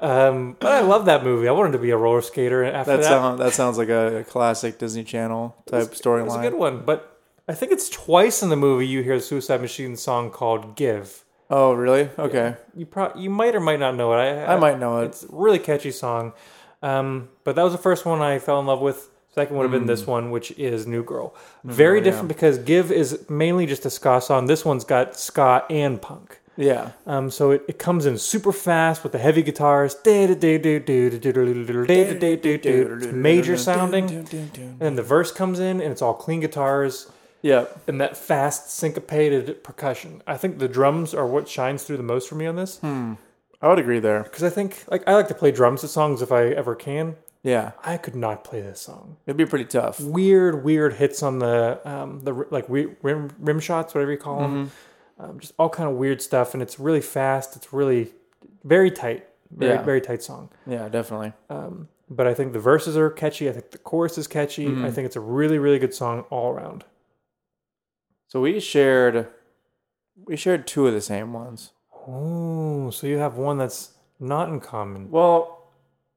S2: um, but I love that movie. I wanted to be a roller skater after
S3: that,
S2: that.
S3: sound, that sounds like a, a classic Disney Channel type
S2: it was a
S3: storyline.
S2: good one. But I think it's twice in the movie you hear the Suicide Machine song called Give.
S3: Oh, really? Okay.
S2: You pro- you might or might not know it. I,
S3: I might know it.
S2: It's a really catchy song. Um, but that was the first one I fell in love with. Second would have been this one, which is New Girl. Very different because Give is mainly just a ska song. This one's got ska and punk.
S3: Yeah.
S2: Um, so it, it comes in super fast with the heavy guitars. It's major sounding. And then the verse comes in and it's all clean guitars
S3: Yep.
S2: and that fast syncopated percussion. I think the drums are what shines through the most for me on this
S3: I would agree there.
S2: because I think like I like to play drums to songs if I ever can.
S3: Yeah.
S2: I could not play this song.
S3: It'd be pretty tough.
S2: Weird, weird hits on the um, the ri- like we- rim rim shots, whatever you call
S3: Mm-hmm.
S2: them. Um, just all kind of weird stuff, and it's really fast. It's really very tight, very
S3: Yeah.
S2: very tight song.
S3: Yeah, definitely.
S2: But I think the verses are
S3: Mm-hmm.
S2: catchy. I think the chorus is catchy. I think it's a really really good song all around.
S3: So we shared, we shared two of the same ones.
S2: Oh, so you have one that's not in common.
S3: Well,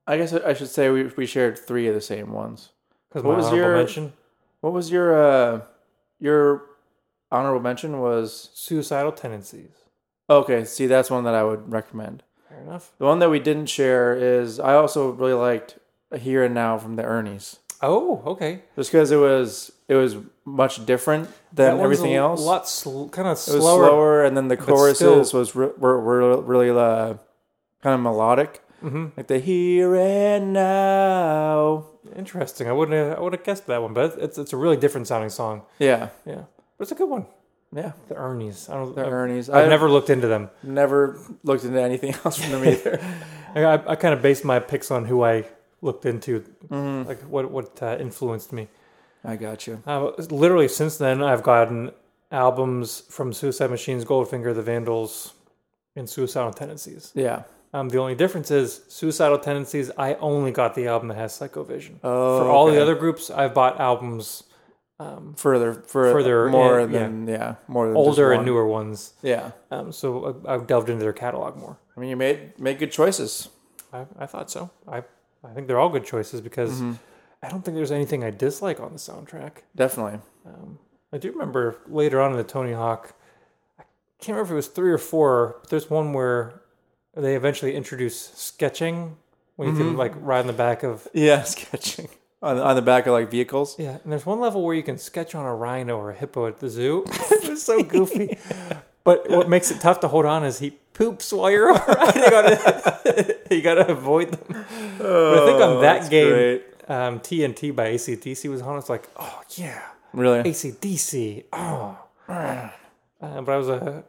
S3: I guess I should say we we shared three of the same ones.
S2: Because
S3: What
S2: my
S3: was
S2: honorable
S3: your-
S2: mention?
S3: What was your uh your honorable mention was
S2: Suicidal tendencies.
S3: okay, see that's one that I would recommend.
S2: Fair enough.
S3: The one that we didn't share is I also really liked Here and Now from the Ernie's.
S2: Oh, okay.
S3: Just because it was it was much different
S2: That
S3: than
S2: one's
S3: everything
S2: a
S3: else.
S2: lot sl- kind of
S3: it was
S2: slower.
S3: slower, and then the choruses was re- were, were really uh, kind of melodic.
S2: Mhm.
S3: Like the Here and Now.
S2: Interesting. I wouldn't. Have, I would have guessed that one, but it's it's a really different sounding song.
S3: Yeah,
S2: Yeah, but it's a good one.
S3: yeah.
S2: The Ernies. I don't.
S3: The
S2: I've,
S3: Ernie's.
S2: I've
S3: I've never
S2: never looked into them.
S3: never looked into anything else from them either.
S2: I, I, I kind of based my picks on who I looked into,
S3: Mm-hmm.
S2: like what what uh, influenced me.
S3: I got you.
S2: Uh, literally since then, I've gotten albums from Suicide Machines, Goldfinger, The Vandals, and Suicidal Tendencies.
S3: Yeah.
S2: Um, the only difference is Suicidal Tendencies. I only got the album that has Psycho Vision.
S3: Oh,
S2: For all
S3: okay.
S2: the other groups, I've bought albums
S3: Further, further,
S2: Further,
S3: more
S2: yeah,
S3: than yeah. more than just
S2: older and
S3: one.
S2: newer ones.
S3: Yeah,
S2: Um, so I, I've delved into their catalog more.
S3: I mean, you made made good choices.
S2: I, I thought so. I I think they're all good choices because I don't think there's anything I dislike on the soundtrack.
S3: Definitely.
S2: I do remember later on in the Tony Hawk, I can't remember if it was three or four, but there's one where they eventually introduce sketching when you can like ride on the back of
S3: Yeah, sketching on on the back of like vehicles.
S2: yeah, and there's one level where you can sketch on a rhino or a hippo at the zoo. it's so goofy. But what makes it tough to hold on is he poops while you're riding on it. you gotta avoid them. but I think on that
S3: Oh, that's
S2: game,
S3: great.
S2: um, TNT by ACDC was on. It's like, oh yeah,
S3: Really?
S2: ACDC. Oh. Uh, but I was uh,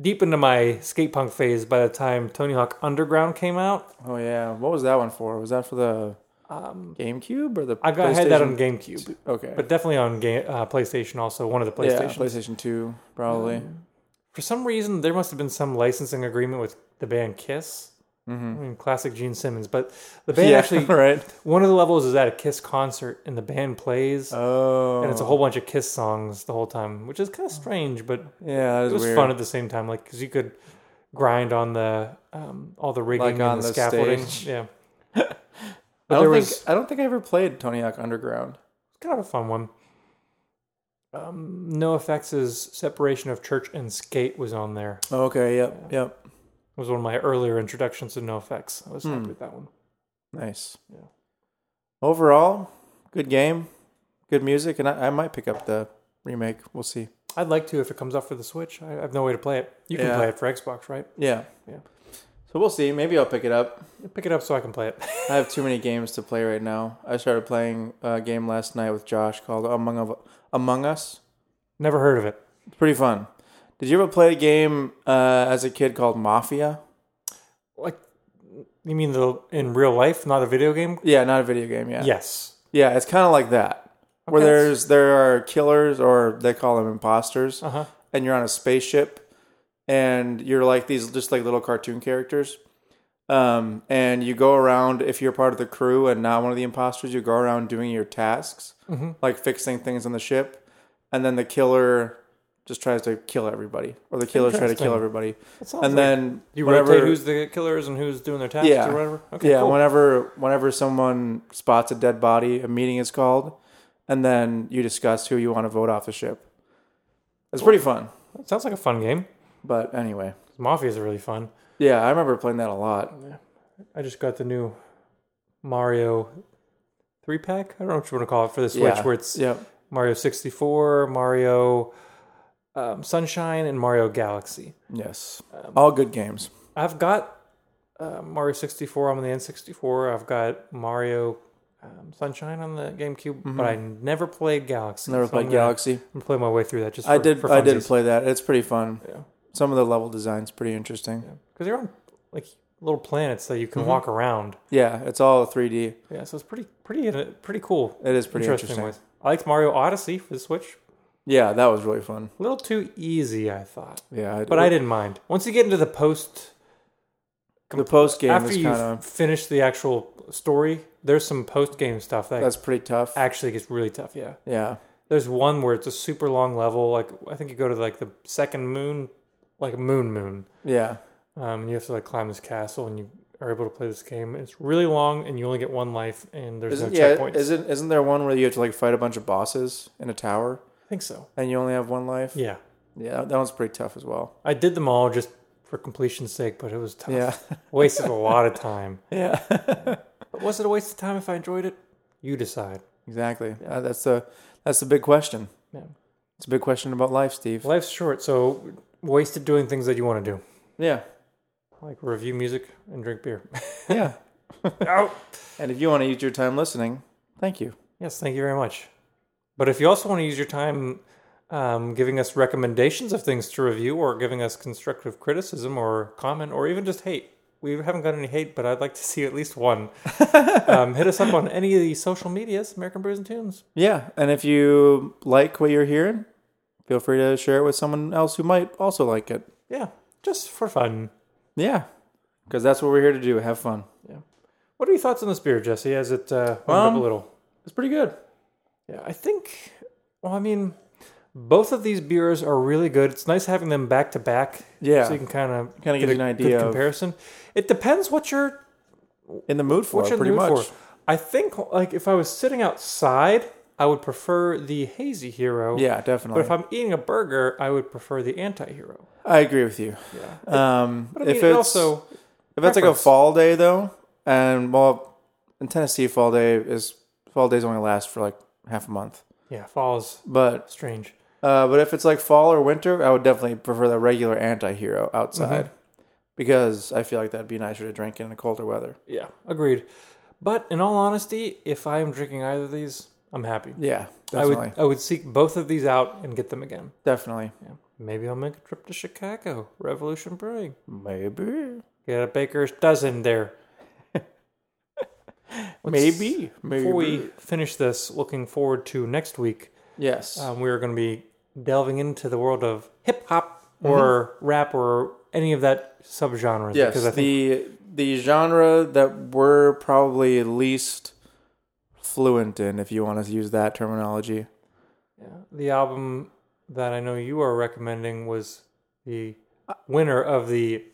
S2: deep into my skate punk phase by the time Tony Hawk Underground came out.
S3: Oh yeah. What was that one for? Was that for the GameCube or the?
S2: Um, I got I had that on
S3: PlayStation?
S2: GameCube,
S3: Okay.
S2: but definitely on game, uh, PlayStation also, one of the
S3: yeah,
S2: PlayStation. Um,
S3: PlayStation Two probably.
S2: For some reason, there must have been some licensing agreement with the band Kiss. I mean, classic Gene Simmons, but the band
S3: Mm-hmm. yeah.
S2: actually,
S3: right.
S2: one of the levels is at a Kiss concert and the band plays,
S3: Oh.
S2: and it's a whole bunch of Kiss songs the whole time, which is kind of strange, but
S3: yeah. That
S2: it was
S3: weird.
S2: fun at the same time, like because you could grind on the um, all the rigging
S3: Like on
S2: and the,
S3: the
S2: scaffolding.
S3: stage.
S2: Yeah,
S3: I
S2: but
S3: don't
S2: there
S3: think
S2: was
S3: I don't think I ever played Tony Hawk Underground.
S2: kind of a fun one. Um, no effects separation of church and skate was on there.
S3: Okay. Yep. Yep.
S2: It was one of my earlier introductions to no effects. I was
S3: Hmm.
S2: happy with that one.
S3: Nice.
S2: Yeah.
S3: Overall, good game, good music, and I, I might pick up the remake. We'll see.
S2: I'd like to if it comes out for the Switch. I, I have no way to play it. You can
S3: Yeah.
S2: play it for Xbox, right?
S3: Yeah.
S2: Yeah.
S3: So we'll see. Maybe I'll pick it up.
S2: Pick it up so I can play it.
S3: I have too many games to play right now. I started playing a game last night with Josh called Among of Among Us.
S2: Never heard of it.
S3: It's pretty fun. Did you ever play a game uh, as a kid called Mafia?
S2: Like, you mean the in real life, not a video game?
S3: Yeah, not a video game. Yeah.
S2: Yes.
S3: Yeah, it's kind of like that. Where
S2: Okay.
S3: there's there are killers or they call them imposters.
S2: Uh huh.
S3: and you're on a spaceship and you're like these just like little cartoon characters um, and you go around if you're part of the crew and not one of the imposters you go around doing your tasks
S2: Mm-hmm.
S3: like fixing things on the ship and then the killer just tries to kill everybody or the killers try to kill
S2: Interesting.
S3: everybody
S2: sounds
S3: and
S2: like-
S3: then
S2: You
S3: whenever-
S2: rotate who's the killers and who's doing their tasks
S3: yeah
S2: or whatever.
S3: yeah
S2: cool.
S3: whenever whenever someone spots a dead body a meeting is called and then you discuss who you want to vote off the ship it's pretty fun
S2: That sounds like a fun game.
S3: but anyway
S2: Mafia's really fun.
S3: Yeah, I remember playing that a lot.
S2: I just got the new Mario three pack. I don't know what you want to call it for the Switch,
S3: yeah.
S2: where it's
S3: yeah.
S2: Mario sixty four, Mario um, Sunshine, and Mario Galaxy.
S3: Yes.
S2: Um,
S3: All good games.
S2: I've got uh, Mario sixty four on the N sixty four. I've got Mario um, Sunshine on the GameCube, but I never played Galaxy.
S3: Mm-hmm. Never
S2: so
S3: played
S2: I'm gonna-
S3: Galaxy.
S2: I'm gonna play my way through that. Just for,
S3: I did
S2: For
S3: I did
S2: funsies.
S3: play that. It's pretty fun.
S2: Yeah.
S3: Some of the level design's pretty interesting.
S2: because you're on like little planets that you can
S3: Mm-hmm.
S2: walk around.
S3: Yeah, it's all 3D.
S2: Yeah, so it's pretty, pretty, uh, pretty cool.
S3: It is pretty interesting.
S2: ways. I liked Mario Odyssey for the Switch.
S3: Yeah, that was really fun.
S2: A little too easy, I thought,
S3: Yeah,
S2: but I didn't mind. Once you get into the post,
S3: The post game
S2: after
S3: is
S2: you
S3: kind of
S2: finish the actual story, there's some post game stuff that
S3: that's pretty tough.
S2: actually gets really tough. Yeah,
S3: Yeah.
S2: There's one where it's a super long level. Like I think you go to like the second moon, like moon moon.
S3: Yeah.
S2: Um, and you have to like climb this castle, and you are able to play this game. It's really long, and you only get one life, and there's
S3: Isn't,
S2: no
S3: yeah,
S2: checkpoints.
S3: isn't isn't there one where you have to like fight a bunch of bosses in a tower
S2: I think so.
S3: and you only have one life?
S2: Yeah,
S3: Yeah, that, that one's pretty tough as well.
S2: I did them all just for completion's sake, but it was tough.
S3: Yeah.
S2: wasted a lot of time.
S3: yeah.
S2: But was it a waste of time if I enjoyed it? You decide.
S3: Exactly. Uh, that's the that's the big question.
S2: Yeah.
S3: It's a big question about life, Steve.
S2: Life's short, so wasted doing things that you want to do,
S3: Yeah.
S2: like review music and drink beer.
S3: Yeah.
S2: Out.
S3: and if you want to use your time listening, thank you.
S2: Yes, thank you very much. But if you also want to use your time um, giving us recommendations of things to review or giving us constructive criticism or comment or even just hate, we haven't got any hate, but I'd like to see at least one. um, hit us up on any of the social medias, American Brews and Tunes.
S3: Yeah, and if you like what you're hearing, feel free to share it with someone else who might also like it.
S2: Yeah, just for fun.
S3: Yeah. Cuz that's what we're here to do, have fun.
S2: What are your thoughts on this beer, Jesse? As it uh, warmed up
S3: Um,
S2: a little.
S3: It's pretty good.
S2: Yeah, I think. Well, I mean, both of these beers are really good. It's nice having them back to back.
S3: Yeah.
S2: so you can kind of
S3: Kinda gives you an idea of-
S2: comparison. It depends what you're
S3: In the mood for
S2: what
S3: it,
S2: you're
S3: pretty
S2: pretty
S3: much.
S2: for. I think like if I was sitting outside, I would prefer the hazy hero.
S3: Yeah,
S2: But
S3: definitely.
S2: if I'm eating a burger, I would prefer the anti-hero.
S3: I agree with you. Yeah. Um,
S2: But I mean,
S3: if
S2: it
S3: it's
S2: also
S3: if it's like a
S2: preference.
S3: fall day though, and well, in Tennessee, fall day is fall days only last for like half a month.
S2: yeah, falls
S3: But
S2: strange.
S3: uh, but if it's like fall or winter, I would definitely prefer the regular anti-hero outside
S2: Mm-hmm.
S3: because I feel like that'd be nicer to drink in the colder weather.
S2: Yeah, agreed. But in all honesty, if I am drinking either of these, I'm happy.
S3: Yeah,
S2: I
S3: definitely,
S2: would I would seek both of these out and get them again.
S3: definitely,
S2: Yeah. Maybe I'll make a trip to Chicago, Revolution Brewing.
S3: maybe,
S2: Get a baker's dozen there.
S3: maybe, maybe.
S2: Before we finish this, looking forward to next week,
S3: yes,
S2: um, we are going to be delving into the world of hip hop
S3: Mm-hmm.
S2: or rap or any of that subgenre.
S3: yes.
S2: because I think
S3: the the genre that we're probably least fluent in, if you want to use that terminology.
S2: the album that I know you are recommending was the winner of the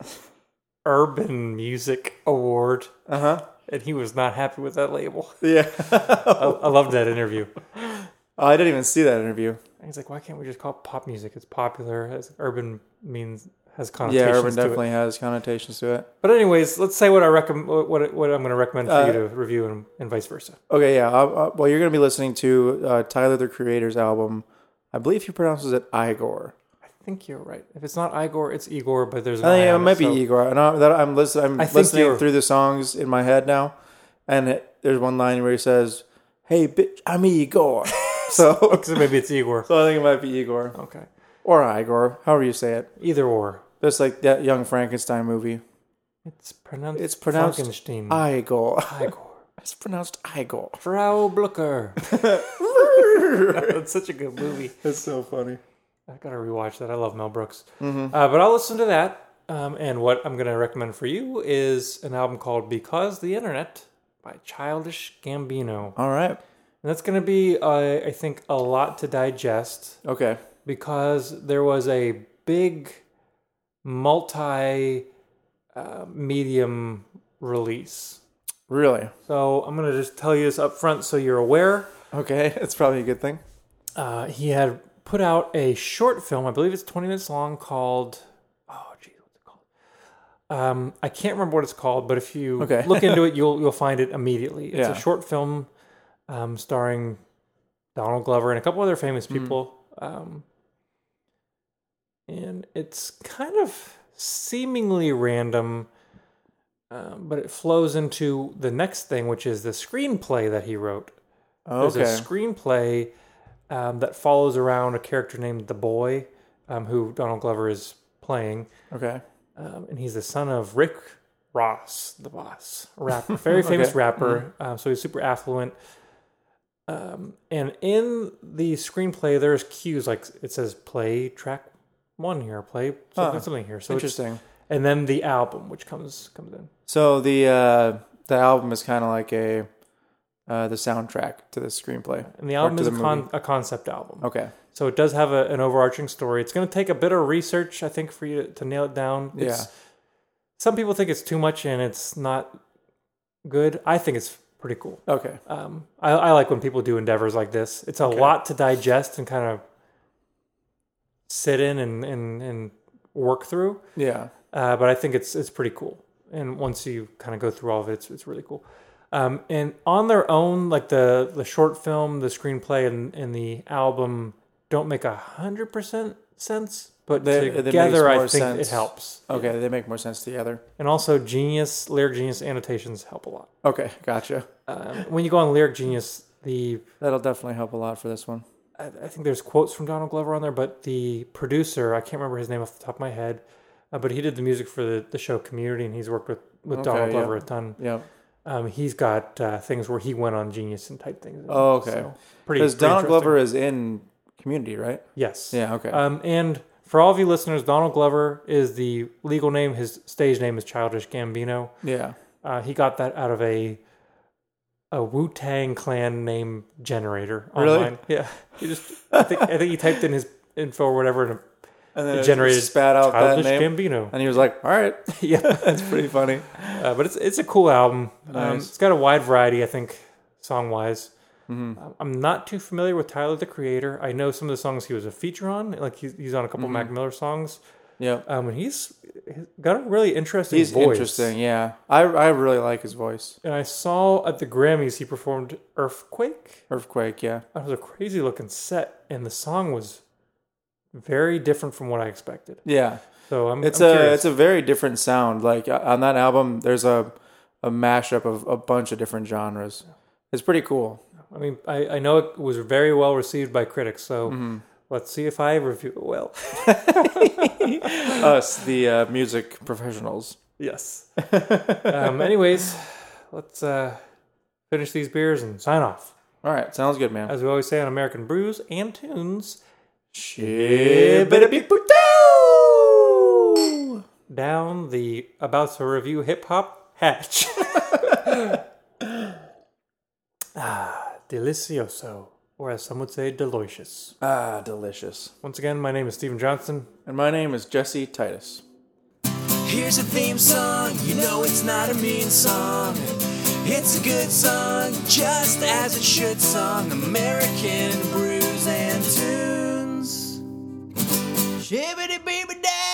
S2: Urban Music Award,
S3: Uh huh.
S2: and he was not happy with that label.
S3: Yeah.
S2: I, I loved that interview.
S3: Oh, I didn't even see that interview.
S2: And he's like, why can't we just call it pop music? It's popular. Has urban means has
S3: Yeah,
S2: connotations
S3: Urban
S2: to
S3: definitely
S2: it.
S3: has connotations to it.
S2: But anyways, let's say what I recommend. What what I'm going to recommend for
S3: Uh,
S2: you to review and, and vice versa.
S3: Okay, yeah. Uh, uh, well, you're going to be listening to uh, Tyler the Creator's album. I believe he pronounces it Igor.
S2: I think you're right. If it's not Igor, it's Igor. But there's an
S3: I think
S2: I
S3: it
S2: on
S3: might be
S2: so-
S3: Igor. And I, that I'm, listen, I'm
S2: I think
S3: listening
S2: you're-
S3: through the songs in my head now, and it, there's one line where he says, "Hey, bitch, I'm Igor." so,
S2: So E- maybe it's Igor.
S3: so I think it might be Igor
S2: Okay.
S3: or Igor, however you say it.
S2: Either or.
S3: Just like that Young Frankenstein movie,
S2: It's pronounced.
S3: It's pronounced
S2: Frankenstein.
S3: Igor.
S2: Igor.
S3: It's pronounced Igor.
S2: Frau Blucher. That's such a good movie.
S3: That's so funny.
S2: I gotta rewatch that. I love Mel Brooks. Uh, but I'll listen to that. Um, and what I'm gonna recommend for you is an album called "Because the Internet" by Childish Gambino,
S3: All right.
S2: and that's gonna be, uh, I think, a lot to digest
S3: Okay.
S2: because there was a big multi uh, medium release.
S3: Really?
S2: So I'm gonna just tell you this up front so you're aware.
S3: Okay, it's probably a good thing.
S2: uh, he had put out a short film. I believe it's 20 minutes long called. Oh, geez, what's it called? Um, I can't remember what it's called, but if you
S3: Okay.
S2: look into it, you'll you'll find it immediately. It's
S3: Yeah.
S2: a short film um, starring Donald Glover and a couple other famous
S3: Hmm.
S2: people, um, and it's kind of seemingly random. Um, but it flows into the next thing, which is the screenplay that he wrote. There's
S3: Okay.
S2: a screenplay um, that follows around a character named the Boy, um, who Donald Glover is playing,
S3: okay.
S2: um, and he's the son of Rick Ross, the boss rapper, very famous
S3: Okay. Mm.
S2: rapper. Um, so he's super affluent. Um, and in the screenplay, there's cues like it says "play track one here, play something,
S3: Huh.
S2: something here." So it's-
S3: Interesting.
S2: and then the album, which comes comes in.
S3: So the uh, the album is kind of like a uh, the soundtrack to the screenplay.
S2: And the
S3: or
S2: album
S3: to
S2: is a,
S3: the
S2: con-
S3: movie.
S2: a concept album.
S3: Okay.
S2: So it does have a, an overarching story. It's going to take a bit of research, I think, for you to, to nail it down. It's,
S3: Yeah.
S2: Some people think it's too much and it's not good. I think it's pretty cool.
S3: Okay.
S2: Um, I, I like when people do endeavors like this. It's a lot to digest and kind of sit in and, and, and work through.
S3: Yeah.
S2: Uh, but I think it's it's pretty cool. And once you kind of go through all of it, it's, it's really cool. Um, and on their own, like the the short film, the screenplay, and, and the album don't make a hundred percent sense, but
S3: They- they make
S2: together I
S3: more
S2: think
S3: sense.
S2: it helps.
S3: Okay. They make more sense together.
S2: And also, genius lyric genius annotations help a lot.
S3: Okay. Gotcha.
S2: Um, when you go on lyric genius, the
S3: That'll definitely help a lot for this one.
S2: I, I think there's quotes from Donald Glover on there, but the producer, I can't remember his name off the top of my head, uh, but he did the music for the, the show Community, and he's worked with, with Donald
S3: yeah.
S2: Glover a ton.
S3: Yeah.
S2: Um, he's got uh, things where he went on Genius and type things.
S3: Oh, okay.
S2: pretty.
S3: Because
S2: pretty
S3: Donald
S2: interesting.
S3: Glover is in Community, right?
S2: Yes.
S3: Yeah. Okay.
S2: Um, and for all of you listeners, Donald Glover is the legal name. His stage name is Childish Gambino.
S3: yeah.
S2: Uh, he got that out of a a Wu Tang Clan name generator
S3: Really?
S2: online. Yeah. He just I think I think he typed in his info or whatever and
S3: And
S2: it
S3: then
S2: generated
S3: generated spat out that
S2: Childish
S3: name,
S2: Gambino.
S3: and he was like, "All right,
S2: yeah.
S3: that's pretty funny."
S2: Uh, but it's it's a cool album. Um,
S3: Nice.
S2: it's got a wide variety, I think, song wise.
S3: Mm-hmm.
S2: I'm not too familiar with Tyler the Creator. I know some of the songs he was a feature on, like he's, he's on a couple
S3: Mm-hmm.
S2: Mac Miller songs.
S3: Yeah.
S2: Um, and he's he's got a really interesting
S3: He's
S2: voice.
S3: interesting. Yeah. I I really like his voice.
S2: And I saw at the Grammys he performed Earthquake.
S3: Earthquake. Yeah.
S2: That was a crazy looking set, and the song was very different from what I expected.
S3: Yeah.
S2: So I'm
S3: It's
S2: I'm
S3: a
S2: curious.
S3: it's a very different sound. Like uh, on that album, there's a a mashup of a bunch of different genres. It's pretty cool.
S2: I mean, I, I know it was very well received by critics, so
S3: Mm-hmm.
S2: let's see if I review it well.
S3: Us, the uh, music professionals.
S2: Yes. um, anyways, let's uh, finish these beers and sign off.
S3: All right, sounds good, man.
S2: As we always say on American Brews and Tunes,
S3: Shibbidi-bidi-boo-doo!
S2: down the about to review hip hop hatch. ah, delicioso, or as some would say, delicious.
S3: Ah, delicious.
S2: Once again, my name is Stephen Johnson.
S3: And my name is Jesse Titus.
S1: Here's a theme song, you know it's not a mean song. It's a good song, just as it should song. American brews and tunes. Shibbity beeby day.